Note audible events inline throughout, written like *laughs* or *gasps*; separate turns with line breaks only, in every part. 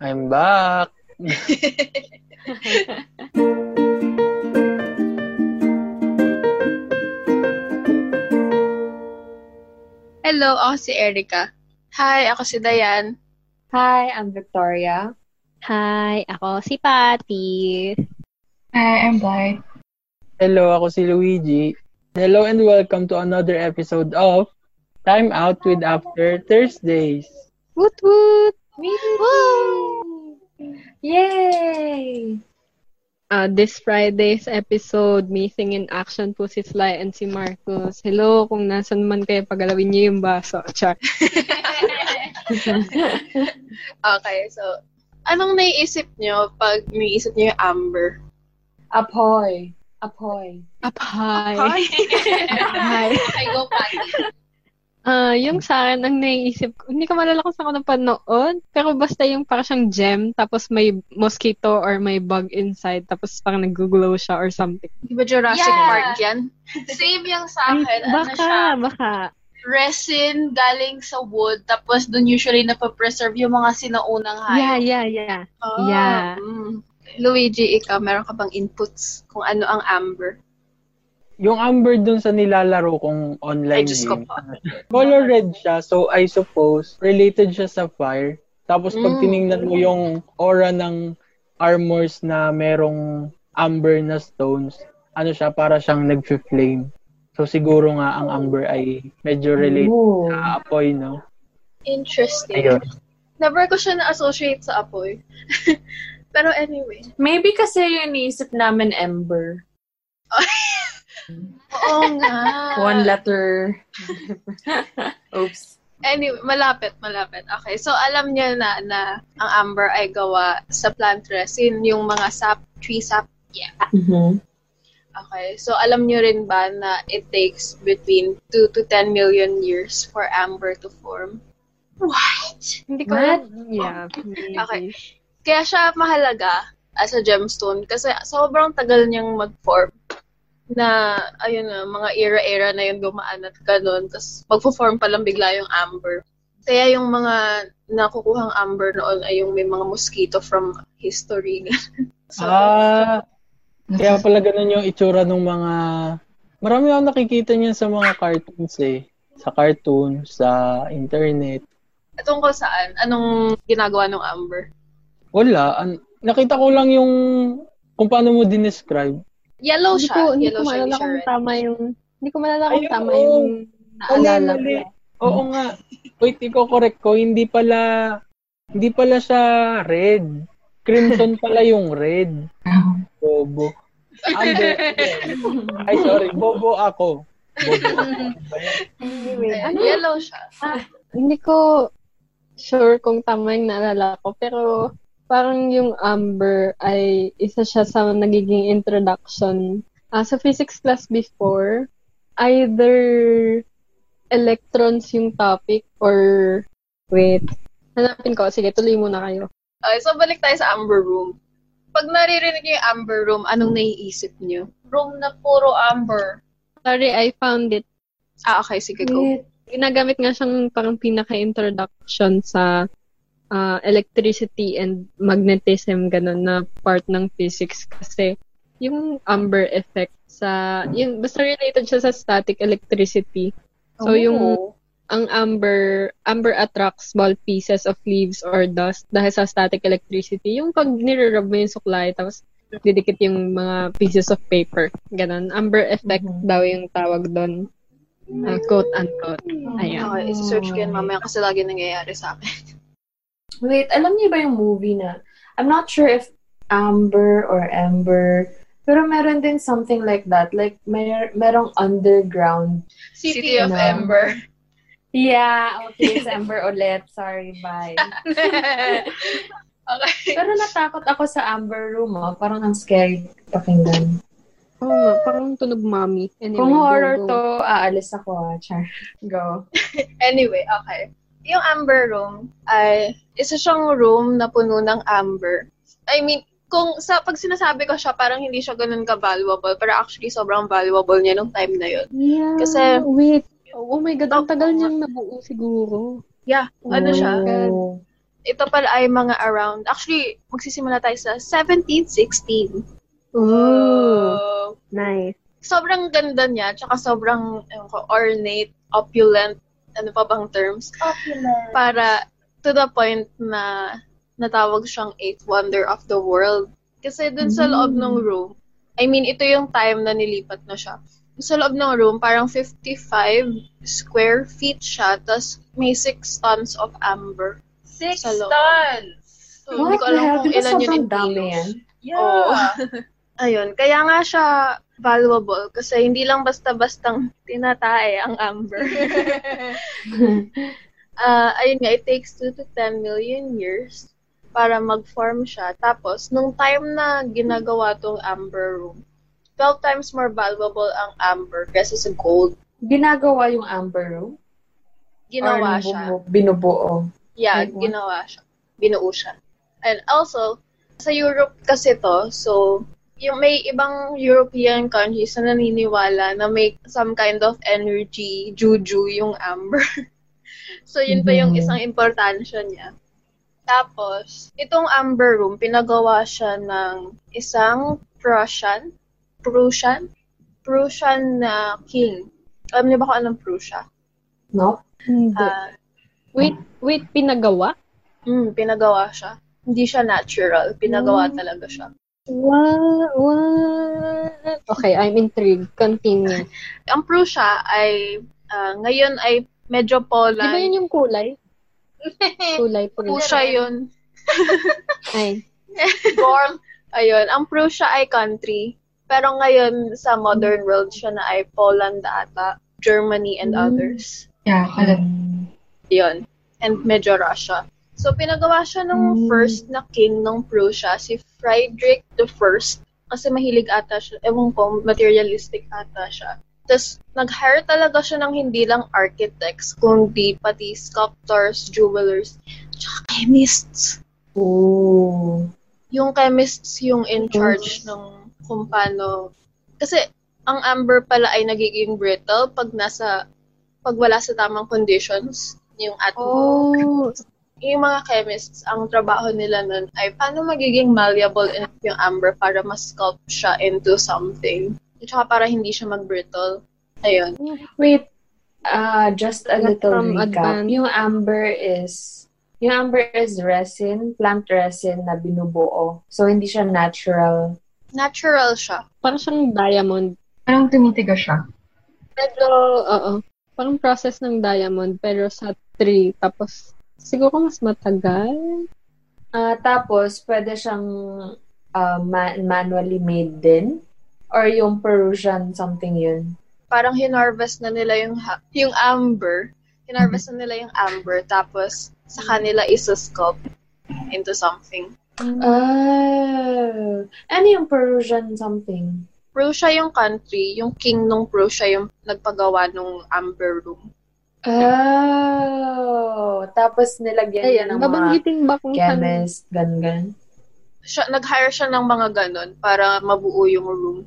I'm back.
Hello, ako si Erica. Hi, ako si Dayan.
Hi, I'm Victoria.
Hi, ako si Patty.
Hi, I'm Blythe.
Hello, ako si Luigi. Hello and welcome to another episode of Time Out with After Thursdays.
Woot woot!
Woo! Yay!
Uh, this Friday's episode, Missing in Action po si Sly and si Marcus. Hello, kung nasan man kayo, pagalawin niyo yung baso. *laughs* Char.
*laughs* okay, so, anong naiisip nyo pag naiisip nyo yung amber?
Apoy. Apoy.
Apay. Hi.
I go Patty.
Ah, yung sa akin, ang naiisip ko, hindi ko malala kung saan ko napanood, pero basta yung parang siyang gem, tapos may mosquito or may bug inside, tapos parang nag-glow siya or something.
Di ba Jurassic
Yeah.
Park yan? Same yung sa
Ay,
akin. ano
baka,
siya?
baka.
Resin galing sa wood, tapos dun usually napapreserve yung mga sinuunang
Yeah,
hayop.
yeah, yeah.
Oh,
yeah.
mm. Luigi, ikaw, meron ka bang inputs kung ano ang amber?
Yung amber dun sa nilalaro kong
Ay,
online
Diyos ko
game.
po.
Color red siya, so I suppose related siya sa fire. Tapos pag
Mm.
tiningnan mo yung aura ng armors na merong amber na stones, ano siya, para siyang nag-flame. So siguro nga ang amber ay medyo related
Mm.
Ooh.
sa apoy, no?
Interesting.
Ayun.
Never ko siya na-associate sa apoy. *laughs* Pero anyway.
Maybe kasi yun isip namin Ember.
Oo *laughs* nga.
One
*laughs*
letter. Oops.
Anyway, malapit, malapit. Okay, so alam niya na na ang amber ay gawa sa plant resin, yung mga sap, tree sap.
Mhm.
Okay, so alam niyo rin ba na it takes between 2 to 10 million years for amber to form? What?
Hindi ko
What? Oh,
Yeah. maybe.
Okay. Kaya siya mahalaga as a gemstone kasi sobrang tagal niyang mag-form na, ayun na, mga era-era na yun dumaan at ganun. Tapos magpo-form pa lang bigla yung amber. Kaya yung mga nakukuhang amber noon ay yung may mga mosquito from history. *laughs* so,
ah, kaya pala ganun yung itsura ng mga... Marami akong nakikita niyan sa mga cartoons eh. Sa cartoon, sa internet.
eh, tungkol saan? Anong ginagawa ng amber?
Wala. An- nakita ko lang yung kung paano mo dinescribe.
Yellow
Hindi
siya.
ko, hindi ko
yellow siya,
malala
hindi siya
kung
red.
tama yung... Hindi ko malala kung
Ayun,
tama
oo.
yung
Mali,
naalala ko.
mali. Oo nga. Wait, iko-correct ko. Hindi pala, hindi pala siya red. Crimson pala yung red. Bobo. Amber. Ay, sorry. Bobo ako. Bobo ako.
Anyway,
Ayan,
ano?
Yellow siya.
Hindi ko sure kung tama yung naalala ko, pero parang yung Amber ay isa siya sa nagiging introduction. Ah, sa physics class before, either electrons yung topic or... Wait. Hanapin ko. Sige, tuloy muna kayo.
Okay, so balik tayo sa amber room. Pag naririnig niyo yung amber room, anong naiisip niyo? Room na puro amber.
Sorry, I found it.
Ah, okay. Sige, go.
ginagamit nga siyang parang pinaka-introduction sa ah, electricity and magnetism, ganun na part ng physics. Kasi yung amber effect sa, yun, basta related siya sa static electricity.
Oh.
So, yung ang amber, amber attracts small pieces of leaves or dust dahil sa static electricity. Yung pag nire-rub mo yung suklay, tapos didikit yung mga pieces of paper. Ganon. Amber effect
Mhm.
daw yung tawag doon. Uh, quote-unquote. Ayan.
Okay, isi-search ko yan mamaya kasi lagi nangyayari sa *laughs* akin.
Oh. Wait, alam niyo ba yung movie na? I'm not sure if Amber or Ember, pero meron din something like that. Like, mer merong underground.
City of
of
Amber.
Yeah, okay, it's Ember ulit. Sorry, *laughs* bye.
*laughs* okay.
Pero natakot ako sa Amber Room, oh. Parang ang scary pakinggan.
Oo nga, parang tunog mami. Anyway,
Kung
go,
horror
go.
to, aalis ako, ah. Char. Go.
Anyway, okay. Yung amber room ay isa siyang room na puno ng amber. I mean, kung sa pag sinasabi ko siya, parang hindi siya ganun ka-valuable. Pero actually, sobrang valuable niya nung time na yun.
Yeah.
Kasi-
wait. Oh my God, ang
Oh,
tagal
oh.
niyang nabuo siguro.
Oh.
Yeah, ano siya?
God.
ito pala ay mga around, actually, magsisimula tayo sa 17, 16.
Ooh,
Uh,
nice.
sobrang ganda niya, tsaka sobrang ayun ko, ornate, opulent, ano pa bang terms,
Popular.
para to the point na natawag siyang eighth wonder of the world. Kasi dun sa loob
Hmm.
ng room, I mean, ito yung time na nilipat na siya. Sa loob ng room, parang 55 square feet siya, tas may 6 tons of amber.
Six
Sa loob.
tons!
So,
Oh,
hindi
What
ko
the
alam
hell?
kung
Di ba
ilan yun in
sobrang dami
kilos.
yan?
Yeah.
Oo. Ayun, kaya nga siya valuable kasi hindi lang basta-bastang tinatae ang amber. Ah, ayun nga, it takes 2 to 10 million years para mag-form siya. Tapos, nung time na ginagawa tong amber room, 12 times more valuable ang amber kaysa sa gold.
Ginagawa yung amber room?
Ginawa
Or
siya.
binubu- Binubuo.
Yeah,
Like what?
ginawa siya. Binuo siya. And also, sa Europe kasi to, so, yung may ibang European countries na naniniwala na may some kind of energy, juju, yung amber. *laughs* so, yun pa yung
Mhm.
isang importansya niya. Tapos, itong amber room, pinagawa siya ng isang Prussian, Prussian, Prussian na king. Alam niyo ba kung anong Prussia?
No?
Hindi.
Ah,
Wait, wait, pinagawa?
Mm, pinagawa siya. Hindi siya natural. Pinagawa talaga siya.
What? What? Okay, I'm intrigued. *laughs* Continue.
Ang Prussia ay, ah, ngayon ay medyo
Di ba
Poland.
yun yung *laughs* eh. kulay? Kulay po.
Prussia yun.
Ay,
Gorm. *laughs* Ayun. Ang Prussia ay country. Pero ngayon, sa modern world siya na ay Poland ata. Germany and others.
Yeah, kalat.
Yun. And medyo Russia. So, pinagawa siya nung first na king ng Prussia, si Friedrich the First. Kasi mahilig ata siya. Ewan ko, materialistic ata siya. Tapos, nag-hire talaga siya ng hindi lang architects, kundi pati sculptors, jewelers, tsaka chemists.
Ooh.
Yung chemists yung in charge ng kung paano. Kasi, ang amber pala ay nagiging brittle pag nasa, pag wala sa tamang conditions yung atmosphere
oh,
yung mga chemists, ang trabaho nila nun ay paano magiging malleable enough yung amber para mas sculpt siya into something. At saka para hindi siya mag-brittle. Ayun.
Wait, uh, just a
Like
little
from
recap.
advanced-
Yung amber is, yung amber is resin, plant resin na binubuo. So, hindi siya natural.
Natural siya.
parang siyang diamond.
Parang tumitiga siya.
Pero, oo. Parang process ng diamond, pero sa tree. Tapos, siguro mas matagal.
Ah, tapos, pwede siyang ah, ma- manually made din. Or yung Perusian something yun.
Parang hinarvest na nila yung, ha- yung amber. Hinarvest na nila yung amber. Tapos, sa kanila isa-sculpt into something.
Ah, ano yung Perusian something?
Prussia yung country. Yung king nung Prussia yung nagpagawa nung amber room.
Oh, tapos nilagyan niya
Ayan,
ng mga
babanggitin ba kung saan?
chemist, gan-gan.
Siya, nag-hire siya ng mga ganon para mabuo yung room.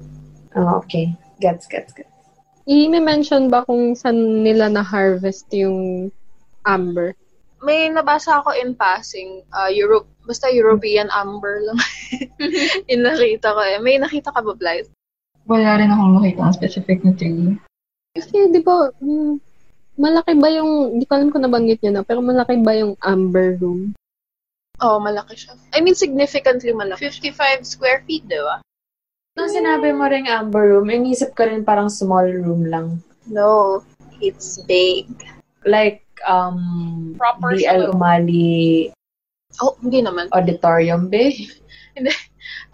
Oh, okay. Gets, gets, gets.
I-mention ba kung saan nila na-harvest yung amber?
may nabasa ako in passing, uh, Europe, basta European amber
*laughs*
lang. yung nakita ko eh. May nakita ka ba, Blythe?
Wala rin akong makita ang specific na tree.
Kasi, di ba, mm, malaki ba yung, di ko alam kung nabanggit niya na, pero malaki ba yung amber
*laughs*
room?
Oo, oh, malaki siya. I mean, significantly malaki.
55 square feet, di ba?
Nung sinabi mo rin amber room, inisip ko rin parang small room lang.
No, it's big.
Like, um,
Proper
DL
slope.
Umali
Oh, hindi naman.
Auditorium big.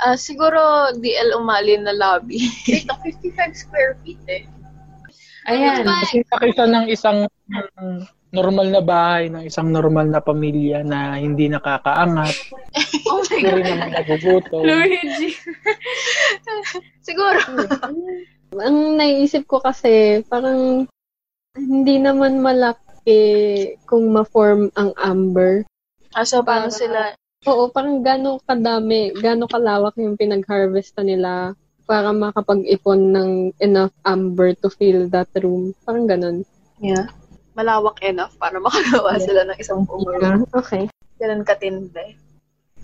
Ah, siguro, DL umali na lobby.
*laughs* Wait, no, 55 square feet eh.
Ayan.
Kasi laki siya ng isang ng normal na bahay, ng isang normal na pamilya na hindi nakakaangat,
Oh my
hindi rin naman nagugutom.
Luigi.
siguro.
Ang naiisip ko kasi, parang, hindi naman malaki kung ma-form ang amber.
Ah, so, paano sila?
Oo, parang gano'ng kadami, gano'ng kalawak yung pinag-harvest na nila para makapag-ipon ng enough amber to fill that room. Parang ganun.
Yeah. Malawak enough para makagawa sila ng isang buong room.
Okay.
ganun katindi.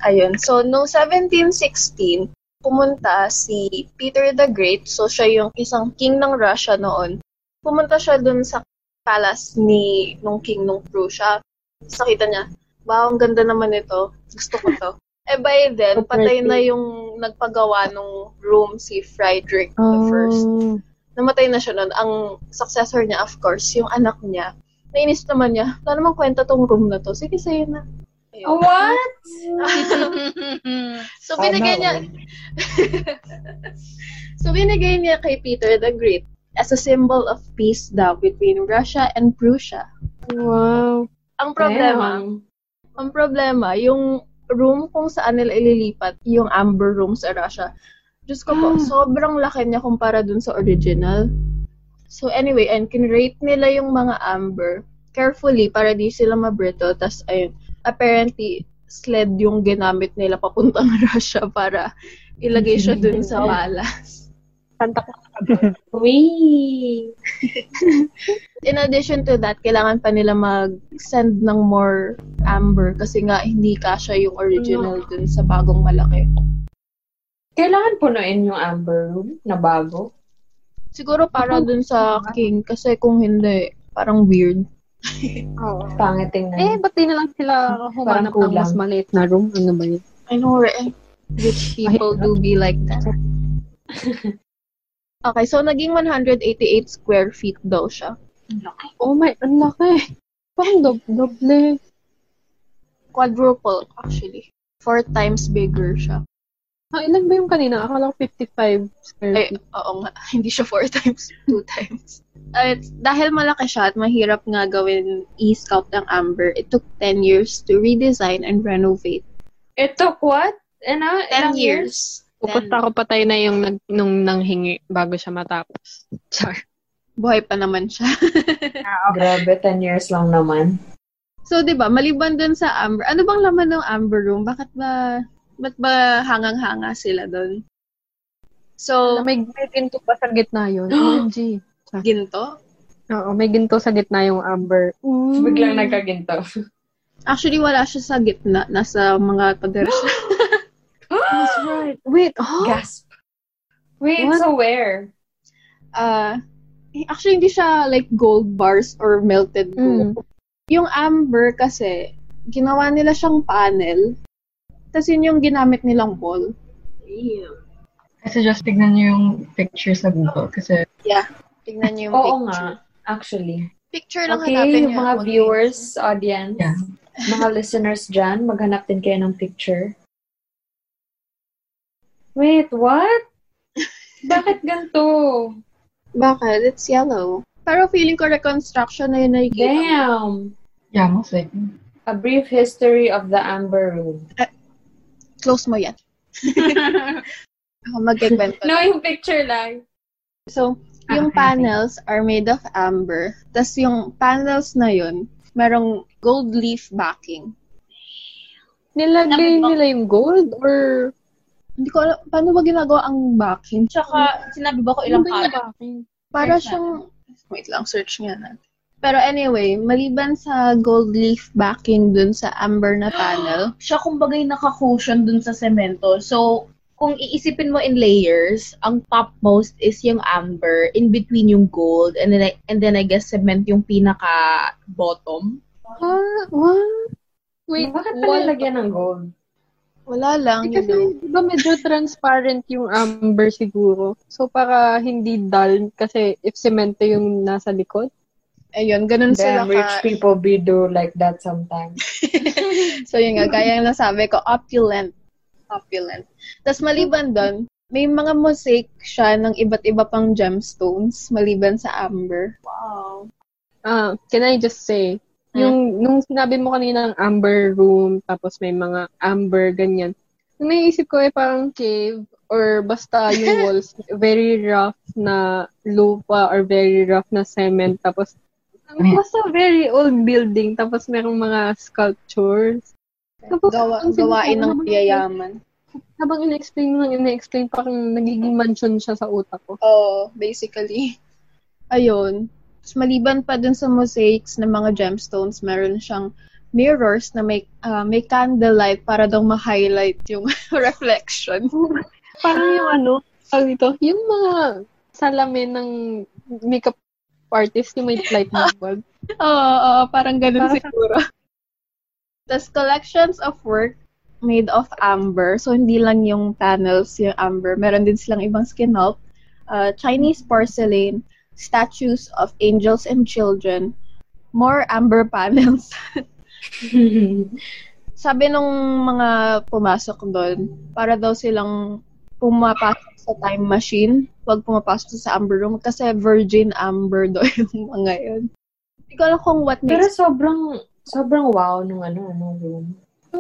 Ayun. So, no 1716, pumunta si Peter the Great, so siya yung isang king ng Russia noon. Pumunta siya dun sa palace ni nung king nung Prussia. Tapos nakita niya, wow, ang ganda naman ito. Gusto ko to. *laughs* eh by then, patay na yung nagpagawa nung room si Frederick the First
Oh.
namatay na siya nun. Ang successor niya, of course, yung anak niya. Nainis naman niya, wala namang kwenta tong room na to. Sige, sa'yo na. Ayun.
What?
so, binigay niya... *laughs* so, binigay niya kay Peter the Great as a symbol of peace daw between Russia and Prussia.
Wow.
Ang problema, ang problema, yung room kung saan nila ililipat, yung amber room sa Russia. Diyos ko po, sobrang laki niya kumpara dun sa original. So anyway, and kinrate nila yung mga amber carefully para di sila mabrito. Tapos ayun, apparently, sled yung ginamit nila papuntang *laughs* Russia para ilagay siya dun sa balas.
Wee!
In addition to that, kailangan pa nila mag-send ng more amber kasi nga hindi kasha yung original dun sa bagong malaki.
Kailangan punuin yung amber room na bago.
Siguro para dun sa king kasi kung hindi, parang weird.
Oo.
Pangit tingnan.
Eh, ba't di na lang sila humanap ng
kulang.
mas maliit na room? Ano ba yun?
I know, right? Rich *laughs* people do be like that. *laughs* Okay, so naging 188 square feet daw siya.
Oh my, ang laki. Parang dob- doble.
Quadruple, actually. Four times bigger siya.
Ah, ilan ba yung kanina? Akala ko 55 square
Ay,
feet.
Eh, oo nga. *laughs* Hindi siya four times, two times. At dahil malaki siya at mahirap nga gawin e-sculpt ang amber, it took 10 years to redesign and renovate.
It took what? Ano? Ilang years?
Pupunta ko patay na yung nag, nung nanghingi bago siya matapos. Char.
Buhay pa naman siya.
*laughs* Grabe, 10 years lang naman.
So, di ba, maliban dun sa Amber, ano bang laman ng Amber Room? Bakit ba, ba't ba hangang-hanga sila dun? So,
May, may ginto pa sa gitna yun. *gasps* OMG.
ginto?
Oo, may ginto sa gitna yung amber. Mm.
Biglang nagkaginto.
Actually, wala siya sa gitna. Nasa mga pader siya.
That's right. Wait, oh?
Gasp. Wait,
What?
so where?
Ah, eh, actually, hindi siya like gold bars or melted
Mm.
gold. Yung Amber kasi, ginawa nila siyang panel. Tapos yun yung ginamit nilang wall.
I suggest tignan niyo yung picture sa Google kasi
Tingnan niyo yung
Oo
picture.
nga, actually.
Picture lang hanapin
Okay, yung
niyo.
mga viewers, audience,
Yeah.
mga listeners dyan, maghanap din kayo ng picture. Wait, *laughs* what? Bakit ganito?
Bakit? It's yellow. Pero feeling ko reconstruction na yun nakikita mo.
Damn!
yeah, most likely.
A brief history of the Amber Room.
close
*laughs*
mo yan. Ako magkikwento.
No, yung picture lang.
So,
Ah,
yung panels are made of amber. Tapos yung panels na yun, merong gold leaf backing.
Nilagay nila yung gold or
Hindi ko alam, paano ba ginagawa ang backing?
Tsaka, sinabi ba ko ilang
Ano ba yung
kala?
backing?
Para
Search
siyang, wait lang, search nga natin. Pero anyway, maliban sa gold leaf backing dun sa amber na panel, *gasps*
Siya kumbaga yung naka-cushion dun sa semento. So, kung iisipin mo in layers, ang topmost is yung amber, in between yung gold, and then I, and then I guess cement yung pinaka bottom.
Ah, what? Wait,
Bakit
wall-
pala lagyan ng gold?
wala lang, you
Kasi,
know.
di ba medyo transparent yung amber siguro? So, para hindi dull, kasi if semento yung nasa likod.
Ayun, ganun sila
Damn, rich
ka.
people be do like that *laughs* sometimes.
So yun nga, gaya ng nasabi ko, opulent. Opulent. Tapos maliban doon, may mga mosaic siya ng iba't iba pang gemstones maliban sa amber.
Ah, can I just say,
Mm.
yung, nung sinabi mo kanina ng amber room, tapos may mga amber, ganyan. Yung naisip ko eh, parang cave, or basta
*laughs*
yung walls, very rough na lupa, or very rough na cement, tapos
Mm.
Basta very old building, tapos merong mga sculptures. Tapos,
Gawa,
ang
gawain ng
sinasabi naman-
yayaman.
Habang in-explain mo lang, in-explain parang nagiging mansion siya sa utak ko.
Oo, basically. *laughs* Ayun. Tapos maliban pa dun sa mosaics ng mga gemstones, meron siyang mirrors na may, ah, may candlelight para daw ma-highlight yung *laughs* reflection.
Oh, Parang yung ano, tawag dito, yung mga salamin ng makeup artist yung may light na bulb.
Oo, oo, parang ganun siguro. *laughs* Tapos collections of work made of amber. So, hindi lang yung panels yung amber. Meron din silang ibang skin help. Uh, Chinese porcelain, statues of angels and children, more amber *laughs* panels. Sabi nung mga pumasok doon, para daw silang pumapasok sa time machine, wag pumapasok sa amber room kasi virgin amber *laughs* daw yung mga yun. Hindi ko alam kung what
Pero
makes
sobrang, sobrang wow nung ano, nung room.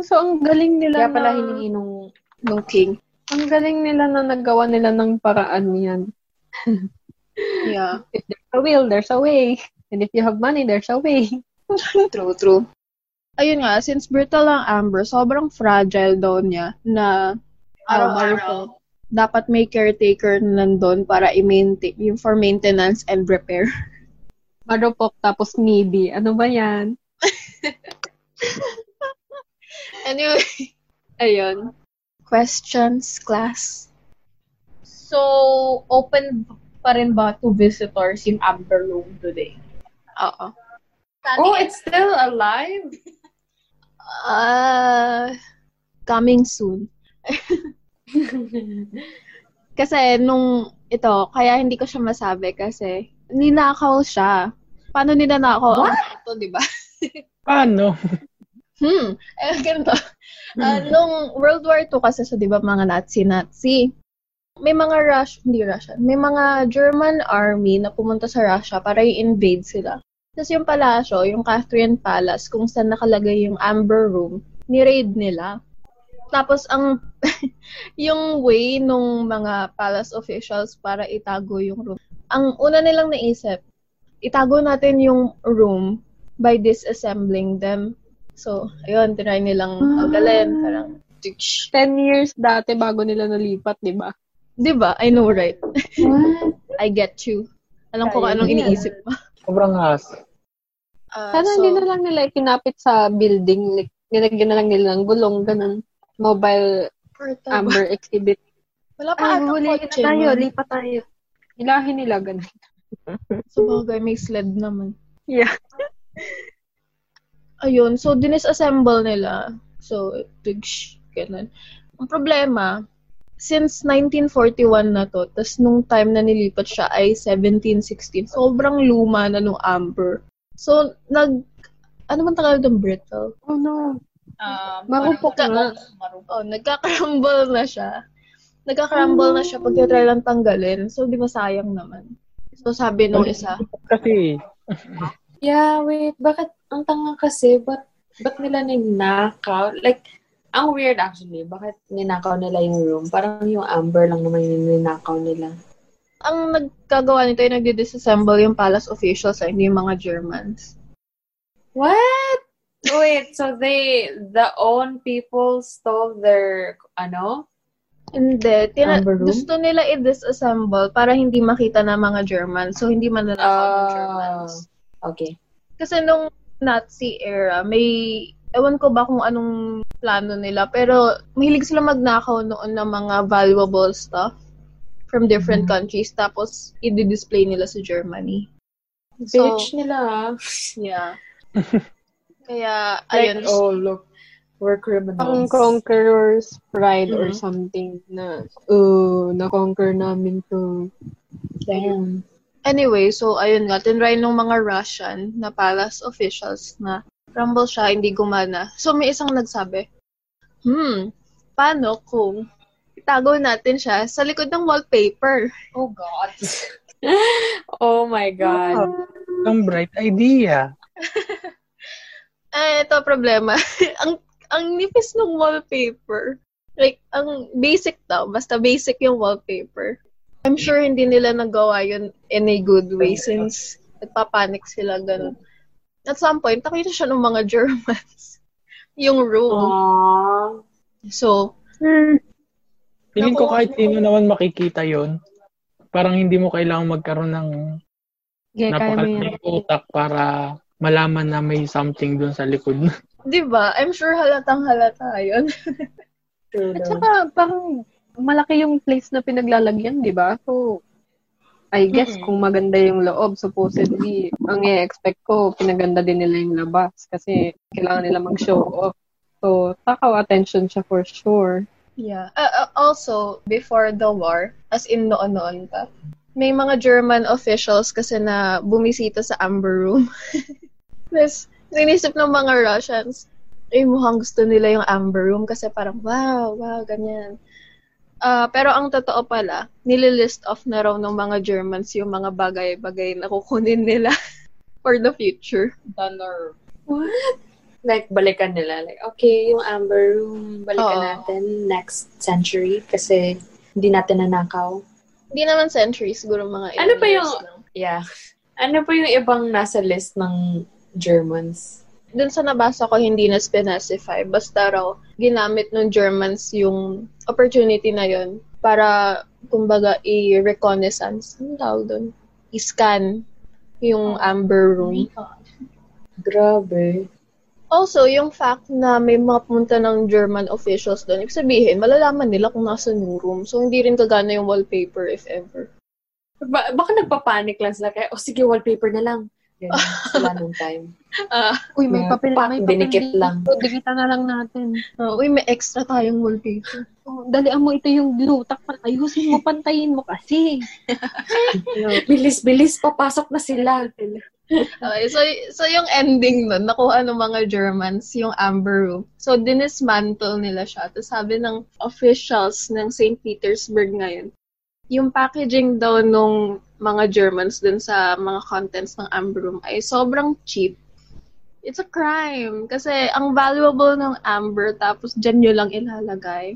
So, ang galing nila
Kaya pala
na,
hiningi nung,
nung king.
ang galing nila na nagawa nila ng paraan yan.
Yeah.
If there's a will, there's a way. And if you have money, there's a way.
*laughs* True, true. Ayun nga, since brittle ang amber, sobrang fragile daw niya na um,
Araw-araw.
dapat may caretaker na nandun para i-maintain, yung for maintenance and repair.
Marupok tapos needy. Ano ba yan?
*laughs* Anyway,
Ayun.
questions, class.
So, open pa rin ba to visitors yung Amber Room today?
Oo.
oh, it's still alive?
Uh, coming *laughs* soon. Kasi nung ito, kaya hindi ko siya masabi kasi ninakaw siya. Paano ninanakaw? What? Ito, di ba?
Paano?
Hmm. *laughs* Eh, ganito. Ah, nung World War II kasi sa, di ba, mga Nazi-Nazi, may mga Rush, hindi Russian, may mga German army na pumunta sa Russia para i-invade sila. Tapos yung palasyo, yung Catherine Palace, kung saan nakalagay yung Amber Room, ni-raid nila. Tapos ang *laughs* yung way nung mga palace officials para itago yung room. Ang una nilang naisip, itago natin yung room by disassembling them. So, ayun, tinry nilang
Ah.
tanggalin. Parang, tsh,
Ten years dati bago nila nalipat, di ba?
di ba? I know, right?
What?
I get you. Alam ko kung anong iniisip mo.
Sobrang has.
Ah,
Sana
so,
hindi na lang nila kinapit sa building. Like, nilagyan na lang nila ng gulong, ganun. Mobile
Puerto-
amber exhibit.
Wala pa
Ah,
atang
hulihin
kotse, no?
lipat tayo. Ilahin nila, ganun.
Sabagay, may sled naman.
Yeah.
*laughs* Ayun, so dinisassemble nila. So, tugsh, ganun. Ang problema, since 1941 na to, tas nung time na nilipat siya ay 1716, sobrang luma na nung amber. So, nag, ano bang Tagalog ng brittle?
Oh no.
Um,
Marupok na.
parang- Marupok.
Oh, nagkakarumble na siya. Nagkakarumble na siya pag tinatry lang tanggalin. So, di ba sayang naman? So, sabi nung isa,
Kasi,
Yeah, wait. Bakit? Ang tanga kasi, ba't, ba't nila ninakaw? Like, ang weird actually. Bakit ninakaw nila yung room? Parang yung amber lang naman yung ninakaw nila.
ang nagkagawa nito ay nagdi-disassemble yung palace officials ay hindi yung mga Germans.
What? Wait, so they, the own people stole their, ano?
Hindi. Tina-
Amber room?
gusto nila i-disassemble para hindi makita ng mga Germans. So, hindi mananakaw
Ah.
ng Germans.
Okay.
Kasi nung Nazi era, may, ewan ko ba kung anong plano nila, pero mahilig sila magnakaw noon ng mga valuable stuff from different
Mm-hmm.
countries, tapos i-display nila sa Germany. So,
Bitch nila, ah. *laughs*
yeah. Kaya,
Like,
ayun.
oh, look, we're
Ang
criminals.
conqueror's pride or
Mhm.
something na, oh, na-conquer namin to.
Damn.
Anyway, so ayun nga, tinry nung mga Russian na palace officials na rumble siya, hindi gumana. So may isang nagsabi, hmm, paano kung itago natin siya sa likod ng wallpaper?
Oh, God.
*laughs* oh my God.
ang bright idea.
Eh, ito problema. *laughs* ang, ang nipis ng wallpaper. Like, ang basic daw, basta basic yung wallpaper. I'm sure hindi nila nagawa yun in a good way since nagpapanik sila ganun. At some point, nakita siya ng mga *laughs* Germans. yung room.
Oh. Aww.
So,
Feeling ko kahit sino naman makikita yon parang hindi mo kailangang magkaroon ng
Gaya kaya may
napakalaking utak para malaman na may something dun sa likod.
Di ba? I'm sure halatang halata yun.
True
At
daw.
saka, parang malaki yung place na pinaglalagyan, di ba? So, I guess
Mm-mm.
kung maganda yung loob, supposedly, ang i-expect ko, pinaganda din nila yung labas kasi kailangan nila mag-show off. So, takaw attention siya for sure.
Yeah. Uh, uh, also, before the war, as in noon-noon pa, may mga German officials kasi na bumisita sa Amber Room. *laughs* Tapos, sinisip ng mga Russians, eh, mukhang gusto nila yung Amber Room kasi parang, wow, wow, ganyan. Ah, pero ang totoo pala, nililist off na raw ng mga Germans yung mga bagay-bagay na kukunin nila *laughs* for the future.
The nerve.
Like, balikan nila. Like, okay, yung Amber Room, balikan
Oo.
natin next century kasi hindi natin nanakaw.
Hindi naman centuries, siguro mga
Ano
ilang
pa
years
yung-
lang.
Yeah. Ano pa yung ibang nasa list ng Germans?
dun sa nabasa ko, hindi na specify. Basta raw, ginamit ng Germans yung opportunity na yon para, kumbaga, i-reconnaissance. Ang tawag dun? I-scan yung Amber Room.
Grabe.
Also, yung fact na may mga pumunta ng German officials doon, ibig sabihin, malalaman nila kung nasa yung room. So, hindi rin kagana yung wallpaper, if ever.
Ba- baka nagpa-panic lang sila kaya, oh sige, wallpaper na lang. Ganun, wala nung time. *laughs*
Uy, may
Yeah.
papel,
Pak,
may papel.
dinikit
dito.
lang.
Dikitan na lang natin.
Uh, uy, may extra tayong wallpaper.
Oh, dalian mo ito yung glue. Takpan, ayusin mo, pantayin mo kasi.
Bilis, bilis, papasok na sila.
Okay, so, so yung ending nun, nakuha ng mga Germans yung Amber Room. So, dinismantle nila siya. Tapos sabi ng officials ng St. Petersburg ngayon, yung packaging daw nung mga Germans dun sa mga contents ng Amber Room ay sobrang cheap. It's a crime. Kasi ang valuable ng Amber, tapos dyan nyo lang ilalagay.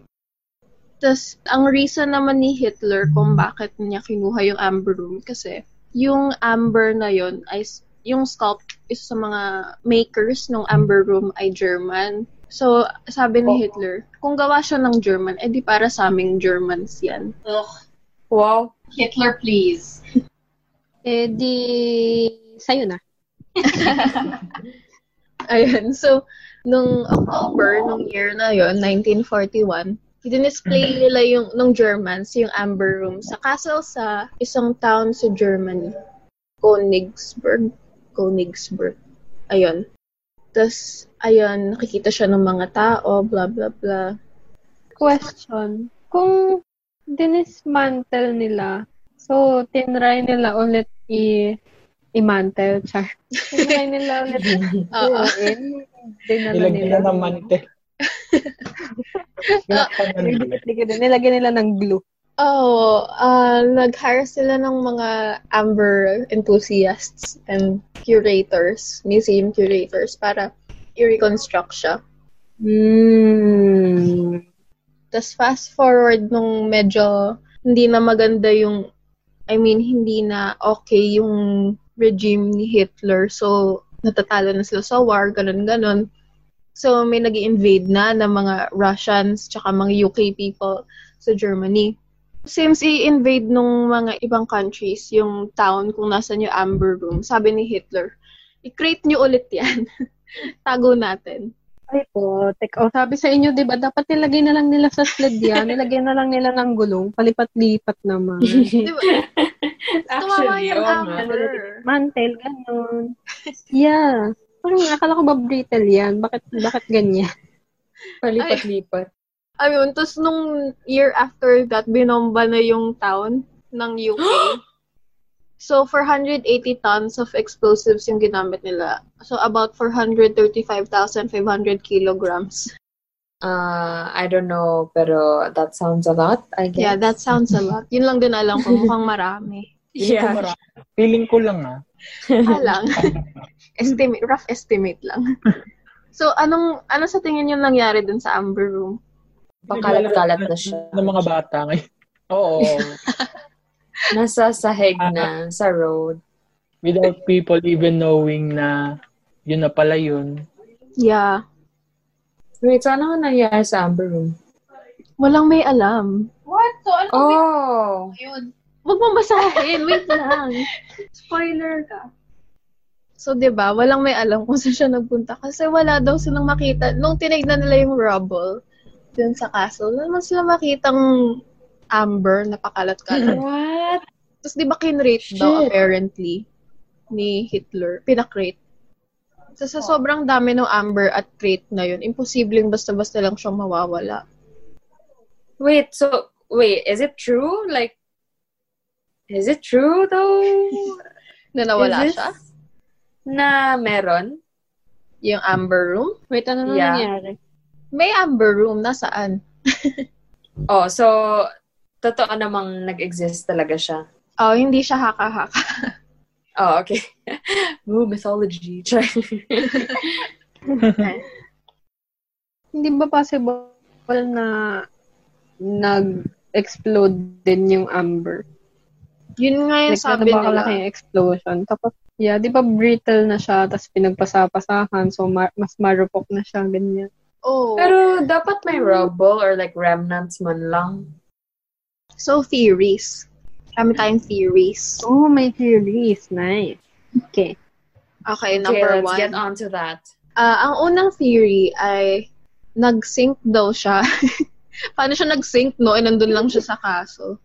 Tapos, ang reason naman ni Hitler kung bakit niya kinuha yung Amber Room, kasi yung amber na yon ay yung sculpt isa sa mga makers ng amber room ay German. So, sabi ni Hitler, kung gawa siya ng German, edi para sa aming Germans yan. *laughs*
Ugh.
Wow.
Hitler, please.
Eh, di, sa'yo na.
Ayun. So, nung October, nung year na yon 1941, dinisplay nila yung, nung Germans, yung Amber Room sa castle sa isang town sa Germany. Königsberg. Königsberg. Ayun. Tapos, ayun, nakikita siya ng mga tao, bla bla bla.
question. Kung dinismantle nila, so tinry nila ulit i- i-mantle, char. tinry nila ulit
Oo.
buuin. Dinala
Nilagyan
nila.
na ng mante. Sinaktan na nila.
Nilagyan nila- Nilagyan nila ng glue.
Oh, uh, nag-hire sila ng mga amber enthusiasts and curators, museum curators, para i-reconstruct siya.
Mm.
Tapos fast forward nung medyo hindi na maganda yung, I mean, hindi na okay yung regime ni Hitler. So, natatalo na sila sa war, ganun-ganun. So, may nag invade na ng mga Russians tsaka mga UK people sa Germany. Since i-invade nung mga ibang countries yung town kung nasan yung Amber Room, sabi ni Hitler, i-create nyo ulit yan. *laughs* Tago natin.
Ay po, tek. O, sabi sa inyo, di ba, dapat nilagay na lang nila sa sled yan. nilagay na lang nila ng gulong. Palipat-lipat naman.
Di ba? Tumama Diba? yung Amber.
Mantel, ganun. Yeah. Parang akala ko ba brittle yan? Bakit, bakit ganyan?
Palipat-lipat.
Ayun, tapos nung year after that, binomba na yung town ng UK. so, 480 tons of explosives yung ginamit nila. So, about 435,500 kilograms.
Uh, I don't know, pero that sounds a lot, I guess.
Yeah, that sounds a lot. Yun lang din alam ko, mukhang marami.
Feeling ko
Yeah.
marami. Feeling ko lang ah.
Alang. estimate, rough estimate lang. *laughs* So, anong, ano sa tingin yung nangyari dun sa Amber Room?
Pakalat-kalat na siya.
Ng mga bata ngayon. Oo.
Nasa sahig na, sa road.
Without people even knowing na yun na pala yun.
Yeah.
Wait, so ano ang nangyari sa Amber Room?
Walang may alam.
What? So, ano ba
Oh!
yun?
*laughs* Huwag mo basahin. Wait lang. Spoiler ka. So, di ba, walang may alam kung saan siya nagpunta kasi wala daw silang makita. Nung tinignan nila yung rubble dun sa castle, wala naman sila makitang amber na pakalat-kalat.
What?
Tapos di ba kinrate daw
Shit.
apparently ni Hitler? Pinakrate. Tapos sa sobrang dami ng amber at crate na yun, imposibleng basta-basta lang siyang mawawala.
Wait, so, wait, is it true? Like, is it true though?
Na nawala
Is this
siya?
Na meron?
Yung amber room?
Wait, ano na
Yeah.
nangyari?
May amber room. Nasaan?
Oh, so, totoo namang nag-exist talaga siya.
Oh, hindi siya haka-haka. *laughs*
Oh, okay. *laughs* Ooh, mythology. Char.
Hindi ba possible na nag-explode din yung amber?
Yun nga yung
Like,
sabi
sabi
nila.
Laki yung explosion. Tapos, yeah, di ba brittle na siya, tapos pinagpasapasahan, so ma- mas marupok na siya, ganyan.
Oh.
Pero dapat may rubble or like remnants man lang.
So, theories. Kami tayong theories.
Oh, my theories. Nice. Okay.
Okay,
Okay,
number
let's
one.
get on to that.
Ah, ang unang theory ay nag-sync daw siya. *laughs* Paano siya nag-sync, no? Eh, nandun lang siya sa kaso.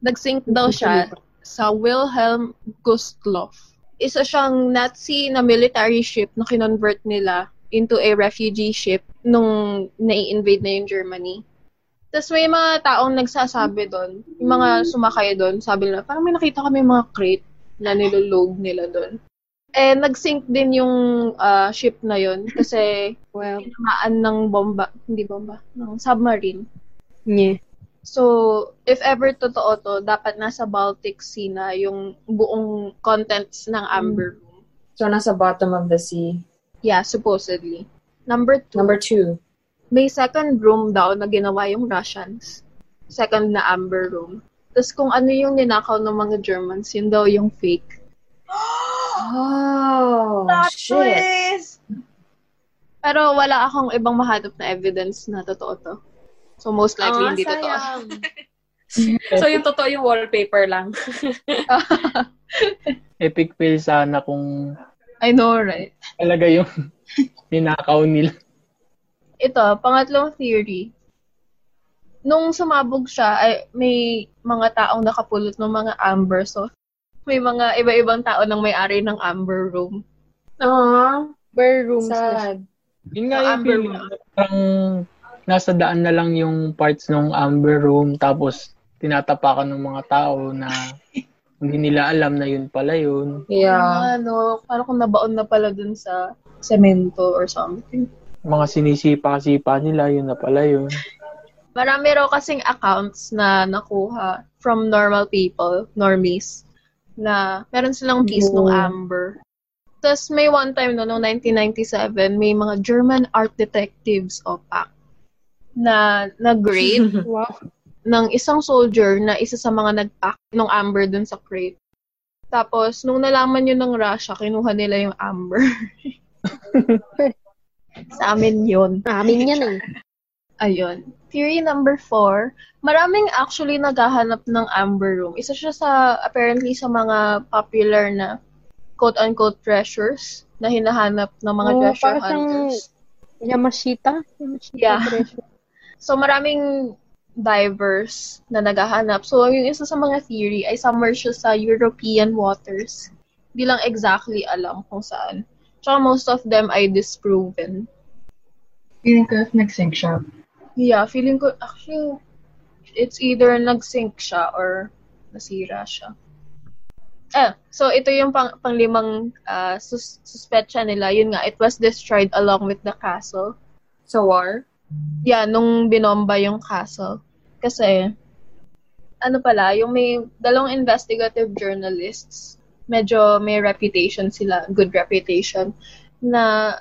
Nag-sync daw siya sa Wilhelm Gustloff. Isa siyang Nazi na military ship na kinonvert nila into a refugee ship nung nai-invade na yung Germany. Tapos may mga taong nagsasabi doon, yung mga sumakay doon, sabi nila, parang may nakita kami mga crate na nilulog nila doon. Eh, nag-sink din yung ah, ship na yun kasi *laughs*
Well,
tinamaan ng bomba, hindi bomba, ng submarine.
yeah.
So, if ever totoo to, dapat nasa Baltic Sea na yung buong contents ng
Hmm.
Amber Room.
So, nasa bottom of the sea.
Yeah, supposedly. Number two,
Number two.
may second room daw na ginawa yung Russians. Second na Amber Room. Tapos kung ano yung ninakaw ng mga Germans, yun daw yung fake.
Oh, shit.
Pero wala akong ibang mahanap na evidence na totoo to. So most likely
Ah,
hindi totoo.
*laughs* sayang. so, yung totoo yung wallpaper lang.
Epic fail sana kung
I know, right?
talaga yung *laughs* ninakaw nila.
Ito, pangatlong theory. Nung sumabog siya, ay, may mga taong nakapulot ng mga amber. So, may mga iba-ibang tao nang may-ari ng amber room.
Aww.
Bare rooms na siya.
Sad.
Yun nga
Sa
yung
Amber
feeling. Parang nasa daan na lang yung parts ng Amber Room tapos tinatapakan ng mga tao na hindi nila alam na yun pala yun.
Yeah.
Mga ano, parang kung nabaon na pala dun sa semento or something.
Mga sinisipa-sipa nila, yun na pala yun.
Marami raw kasing accounts na nakuha from normal people, normies, na meron silang piece ng amber. Tapos may one time no, noong 1997, may mga German art detectives o PAC na nag-grade
Wow.
ng isang soldier na isa sa mga nag-pack ng amber dun sa crate. Tapos, nung nalaman yun ng Russia, kinuha nila yung amber. *laughs* sa amin yun.
Amin yan eh.
Ayun. Theory number four, maraming actually naghahanap ng Amber Room. Isa siya sa, apparently, sa mga popular na quote-unquote treasures na hinahanap ng mga
Oo,
treasure
para siyang-
hunters.
Yamashita? Yamashita
Yeah.
treasure.
So, maraming divers na naghahanap. So, yung isa sa mga theory ay somewhere siya sa European waters. Hindi lang exactly alam kung saan. Tsaka most of them ay disproven.
Feeling ko if nag-sync siya.
Yeah, feeling ko, actually, it's either nag-sync siya or nasira siya. Eh, so ito yung pang, panglimang ah, sus- suspecha nila. Yun nga, it was destroyed along with the castle.
*laughs* So, war?
Yeah, nung binomba yung castle. Kasi, ano pala, yung may dalawang investigative journalists, medyo may reputation sila, good reputation, na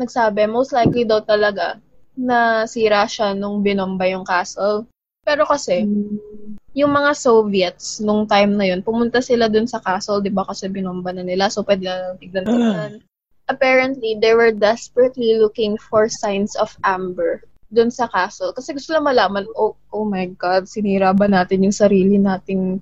nagsabi, most likely daw talaga na sira siya nung binomba yung castle. Pero kasi, yung mga Soviets nung time na yun, pumunta sila dun sa castle, di ba? Kasi binomba na nila, so pwede na lang tignan-tignan. Apparently, they were desperately looking for signs of amber dun sa castle. Kasi gusto lang malaman, oh, oh my God, sinira ba natin yung sarili nating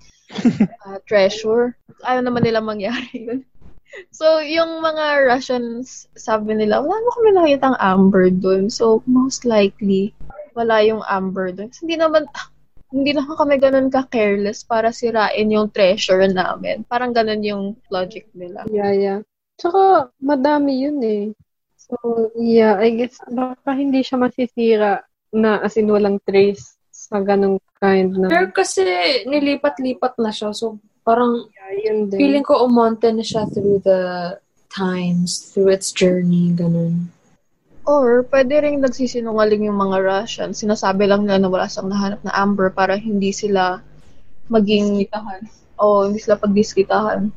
ah, treasure? Ayaw naman nila Ano mangyari yun. *laughs* So, yung mga Russians, sabi nila, wala mo kami nakitang amber dun. So, most likely, wala yung amber dun. Kasi hindi naman, ah, hindi naman kami ganun ka-careless para sirain yung treasure namin. Parang ganun yung logic nila.
Yeah, yeah. Tsaka, madami yun eh. So, yeah, I guess baka hindi siya masisira na as in walang trace sa ganung kind na.
Pero kasi nilipat-lipat na siya. So, parang
Yeah, yun din.
feeling ko umonte na siya through the times, through its journey, ganun.
Or, pwede rin nagsisinungaling yung mga Russian. Sinasabi lang nila na wala siyang nahanap na amber para hindi sila maging,
Gitahan.
oh, hindi sila pagdiskitahan.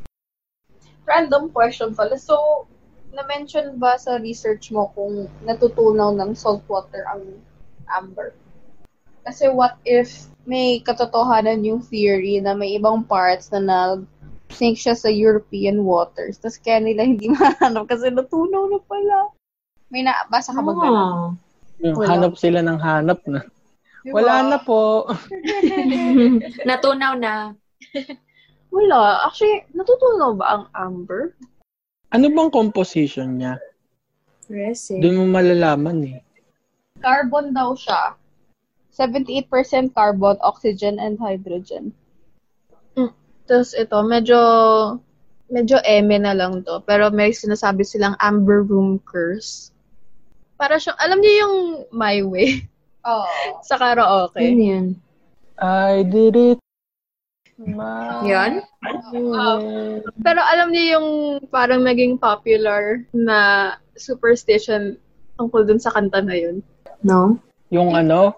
Random question pala. So, na-mention ba sa research mo kung natutunaw ng saltwater ang amber? Kasi what if may katotohanan yung theory na may ibang parts na nag sink siya sa European waters. Tapos kaya nila hindi *laughs* mahanap kasi natunaw na pala. May nabasa ka ba ganun?
Ah.
Yung
Wala.
hanap sila ng hanap na.
Di ba?
Wala na po.
*laughs* Natunaw na.
Wala. Actually, natutunaw ba ang amber?
Ano bang composition niya?
Resin.
Doon mo malalaman eh.
Carbon daw siya. 78% carbon, oxygen, and hydrogen.
Hmm. Tapos ito, medyo medyo eme na lang to. Pero may sinasabi silang Amber Room Curse. Para siyang, alam niyo yung My Way
Oh.
*laughs* sa karaoke.
Yun yun.
I did it. Ma-
Yun?
Mm-hmm.
Pero alam niyo yung parang naging popular na superstition tungkol dun sa kanta na yun.
No?
Yung ano,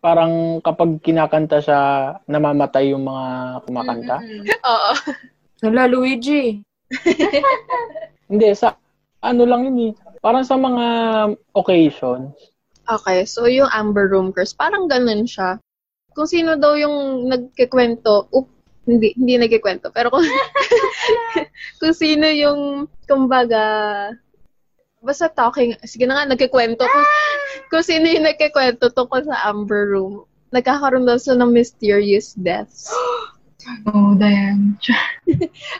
parang kapag kinakanta siya, namamatay yung mga kumakanta.
Oo.
Hala, Luigi.
Hindi, sa ano lang yun eh. Parang sa mga occasions.
Okay, so yung Amber Room Curse, parang ganun siya. Kung sino daw yung nagkikwento, oop, hindi, hindi nagkikwento, pero kung, *laughs* kung sino yung, kumbaga, basta talking, sige na nga, nagkikwento. Kung, kung sino yung nagkikwento tungkol sa Amber Room, nagkakaroon daw sila ng mysterious deaths. *gasps*
Oh,
*laughs*
Diane.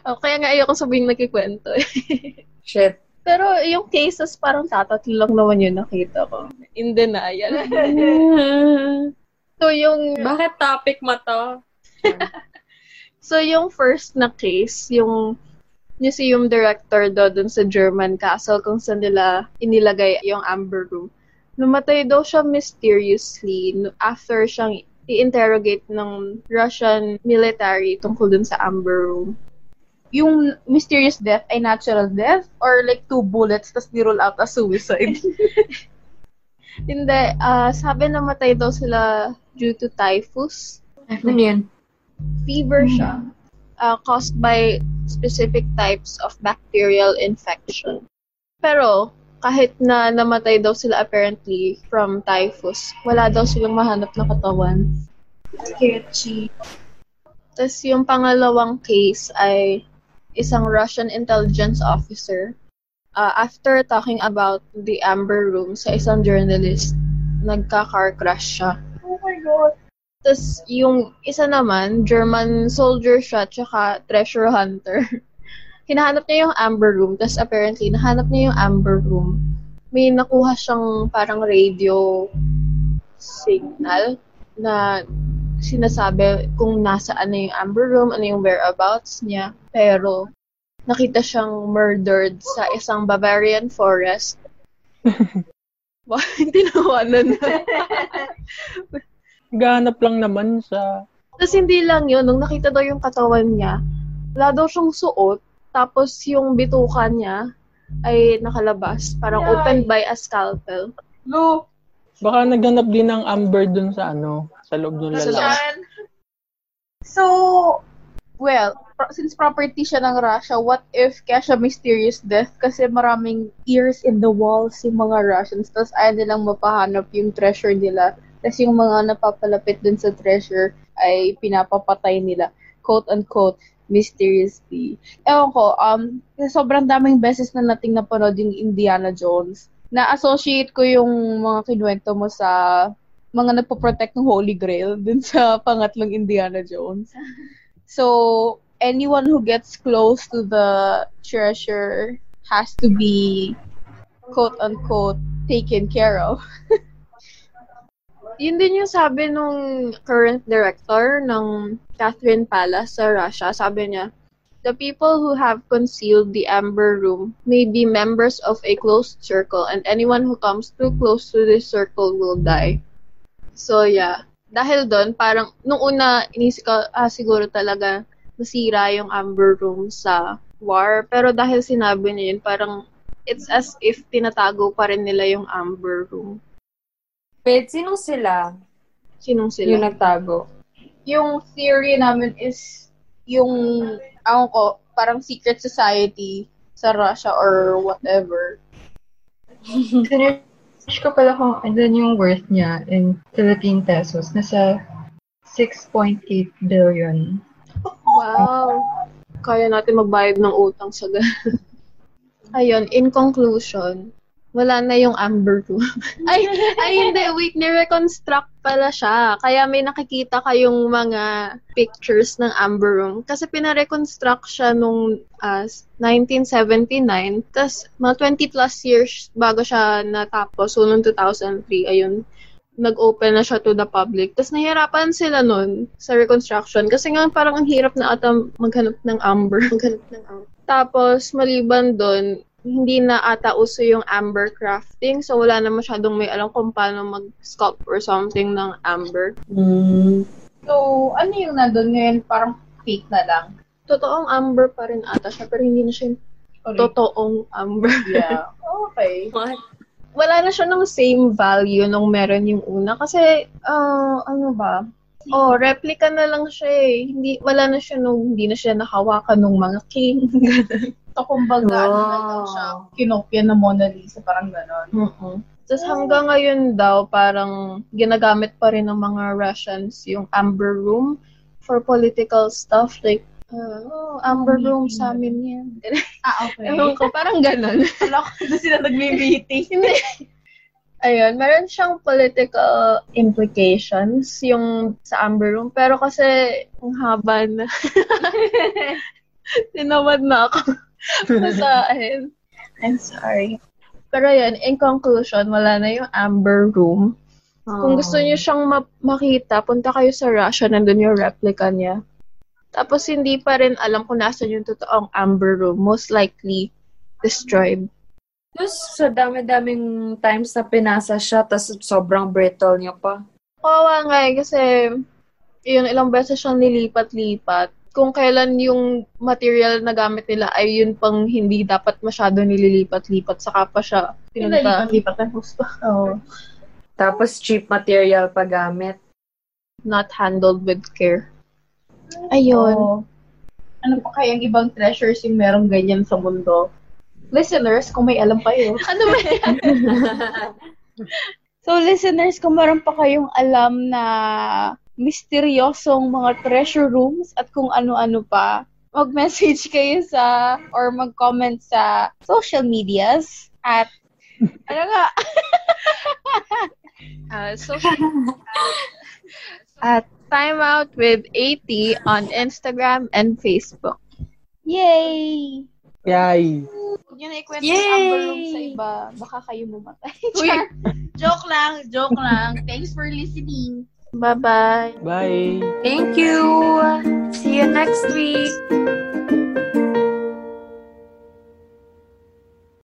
O, Oh, kaya nga ayoko sabihin nagkikwento. *laughs* eh.
*laughs* Shit.
Pero yung cases, parang tatatlo lang naman yun nakita ko. In denial. *laughs* so yung
Bakit topic mo to?
So, yung first na case, yung museum director do dun sa German castle kung saan nila inilagay yung amber room. Namatay daw siya mysteriously no- after siyang i-interrogate ng Russian military tungkol dun sa amber room.
Yung mysterious death ay natural death or like two bullets tapos ni-roll out as suicide?
Hindi, ah, sabi namatay daw sila due to typhus.
Ano yun?
fever siya uh, caused by specific types of bacterial infection. Pero, kahit na namatay daw sila apparently from typhus, wala daw silang mahanap na katawan.
Sketchy.
Tapos yung pangalawang case ay isang Russian intelligence officer. Uh, after talking about the Amber Room sa isang journalist, nagka-car crash siya.
Oh my God.
Tapos yung isa naman, German soldier siya, tsaka treasure hunter. *laughs* Hinahanap niya yung amber room, tapos apparently, nahanap niya yung amber room. May nakuha siyang parang radio signal na sinasabi kung nasaan na yung amber room, ano yung whereabouts niya. Pero, nakita siyang murdered sa isang Bavarian forest. Why? *laughs* Tinawanan na.
Gahanap lang naman sa...
Tapos hindi lang yun, nung nakita daw yung katawan niya, wala daw siyang suot, tapos yung bituka niya ay nakalabas. Parang
Yay!
opened by a scalpel.
Lu.
Baka naghanap din ng amber dun sa ano, sa loob ng lalaki.
So, well, pro- since property siya ng Russia, what if kaya siya mysterious death? Kasi maraming ears in the walls yung mga Russians. Tapos ayaw nilang mapahanap yung treasure nila. Tapos yung mga napapalapit dun sa treasure ay pinapapatay nila. Quote-unquote, mysteriously. Ewan ko, um, kasi sobrang daming beses na nating napanood yung Indiana Jones. Na-associate ko yung mga kinuwento mo sa mga nagpo-protect ng Holy Grail dun sa pangatlong Indiana Jones. So, anyone who gets close to the treasure has to be quote unquote taken care of.
*laughs* Yun din yung sabi nung current director ng Catherine Palace sa Russia. Sabi niya, The people who have concealed the Amber Room may be members of a closed circle and anyone who comes too close to this circle will die. So, yeah. Dahil doon, parang, nung una, inisip ko, ah, siguro talaga nasira yung Amber Room sa war. Pero dahil sinabi niya yun, parang it's as if tinatago pa rin nila yung Amber Room.
Wait, sino sila?
Sinong
Yung
sila?
nagtago.
Yung theory namin is yung, ako ko, parang secret society sa Russia or whatever.
Sinearch ko pala kung andun yung worth niya in Philippine pesos. Nasa 6.8 billion.
Wow. Kaya natin magbayad ng utang sa gan. *laughs* Ayun, in conclusion, wala na yung Amber Room. *laughs* ay, ay hindi, wait, nireconstruct pala siya. Kaya may nakikita kayong mga pictures ng Amber Room. Kasi pinareconstruct siya nung ah, 1979, tas mga 20 plus years bago siya natapos. So, noong 2003, ayun, nag-open na siya to the public. Tapos nahirapan sila nun sa reconstruction kasi nga parang ang hirap na ata maghanap ng amber. *laughs* maghanap ng amber. Tapos maliban doon, hindi na ata uso yung amber crafting. So wala na masyadong may alam kung paano mag-sculpt or something ng amber.
Mm.
So, ano yung nandun ngayon? Parang fake na lang.
Totoong amber pa rin ata siya pero hindi na siya yung
Correct.
totoong amber.
*laughs*
Yeah. ah. Okay.
wala na siya ng same value nung meron yung una. Kasi, ah, ano ba? Oh, replica na lang siya eh. Hindi, wala na siya nung, hindi na siya nakawakan nung mga king. *laughs*
So, kumbaga, ano na lang siya, kinopia na Mona Lisa, parang ganon.
Hmm.
Tapos hanggang ngayon daw, parang ginagamit pa rin ng mga Russians yung Amber Room for political stuff. Like, ah, oh, Amber Room sa amin yan. *laughs*
Ah, okay.
Ano?
Ewan ko, parang ganon.
Wala ko na sila nagme-meeting.
Hindi. *laughs* Ayun, meron siyang political implications yung sa Amber Room. Pero kasi, ang haba na. *laughs* Tinamad na ako. *laughs* Masahin.
I'm sorry.
Pero yun, in conclusion, wala na yung Amber Room.
Ah.
Kung gusto
Oh.
niyo siyang ma- makita, punta kayo sa Russia, nandun yung replica niya. Tapos hindi pa rin alam kung nasan yung totoong Amber Room. Most likely, destroyed.
Tapos sa dami-daming times na pinasa siya, tapos sobrang brittle niya pa.
Kawawa nga eh, kasi yun, ilang beses siyang nilipat-lipat. Kung kailan yung material na gamit nila ay yun pang hindi dapat masyado nililipat-lipat, saka pa siya pinunta.
Pinalipat-lipat ng
*laughs*
gusto. Oo.
Tapos cheap material pa gamit.
Not handled with care. Oh. Ayun.
Oo. Ano pa kaya ang ibang treasures yung merong ganyan sa mundo? Listeners, kung may alam kayo.
*laughs* Ano ba yan?
*laughs* So, listeners, kung meron pa kayong alam na misteryosong mga treasure rooms at kung ano-ano pa, mag-message *laughs* kayo sa or mag-comment sa social medias at ano nga,
*laughs* Ah, so,
*laughs*
at Time Out with AT on Instagram and Facebook.
yay!
Yay!
Huwag nyo na ikwento yung Amber Room sa iba. Baka kayo mamatay. Char. joke lang, joke lang. Thanks for listening.
Bye-bye!
Bye!
Thank you! See you next week!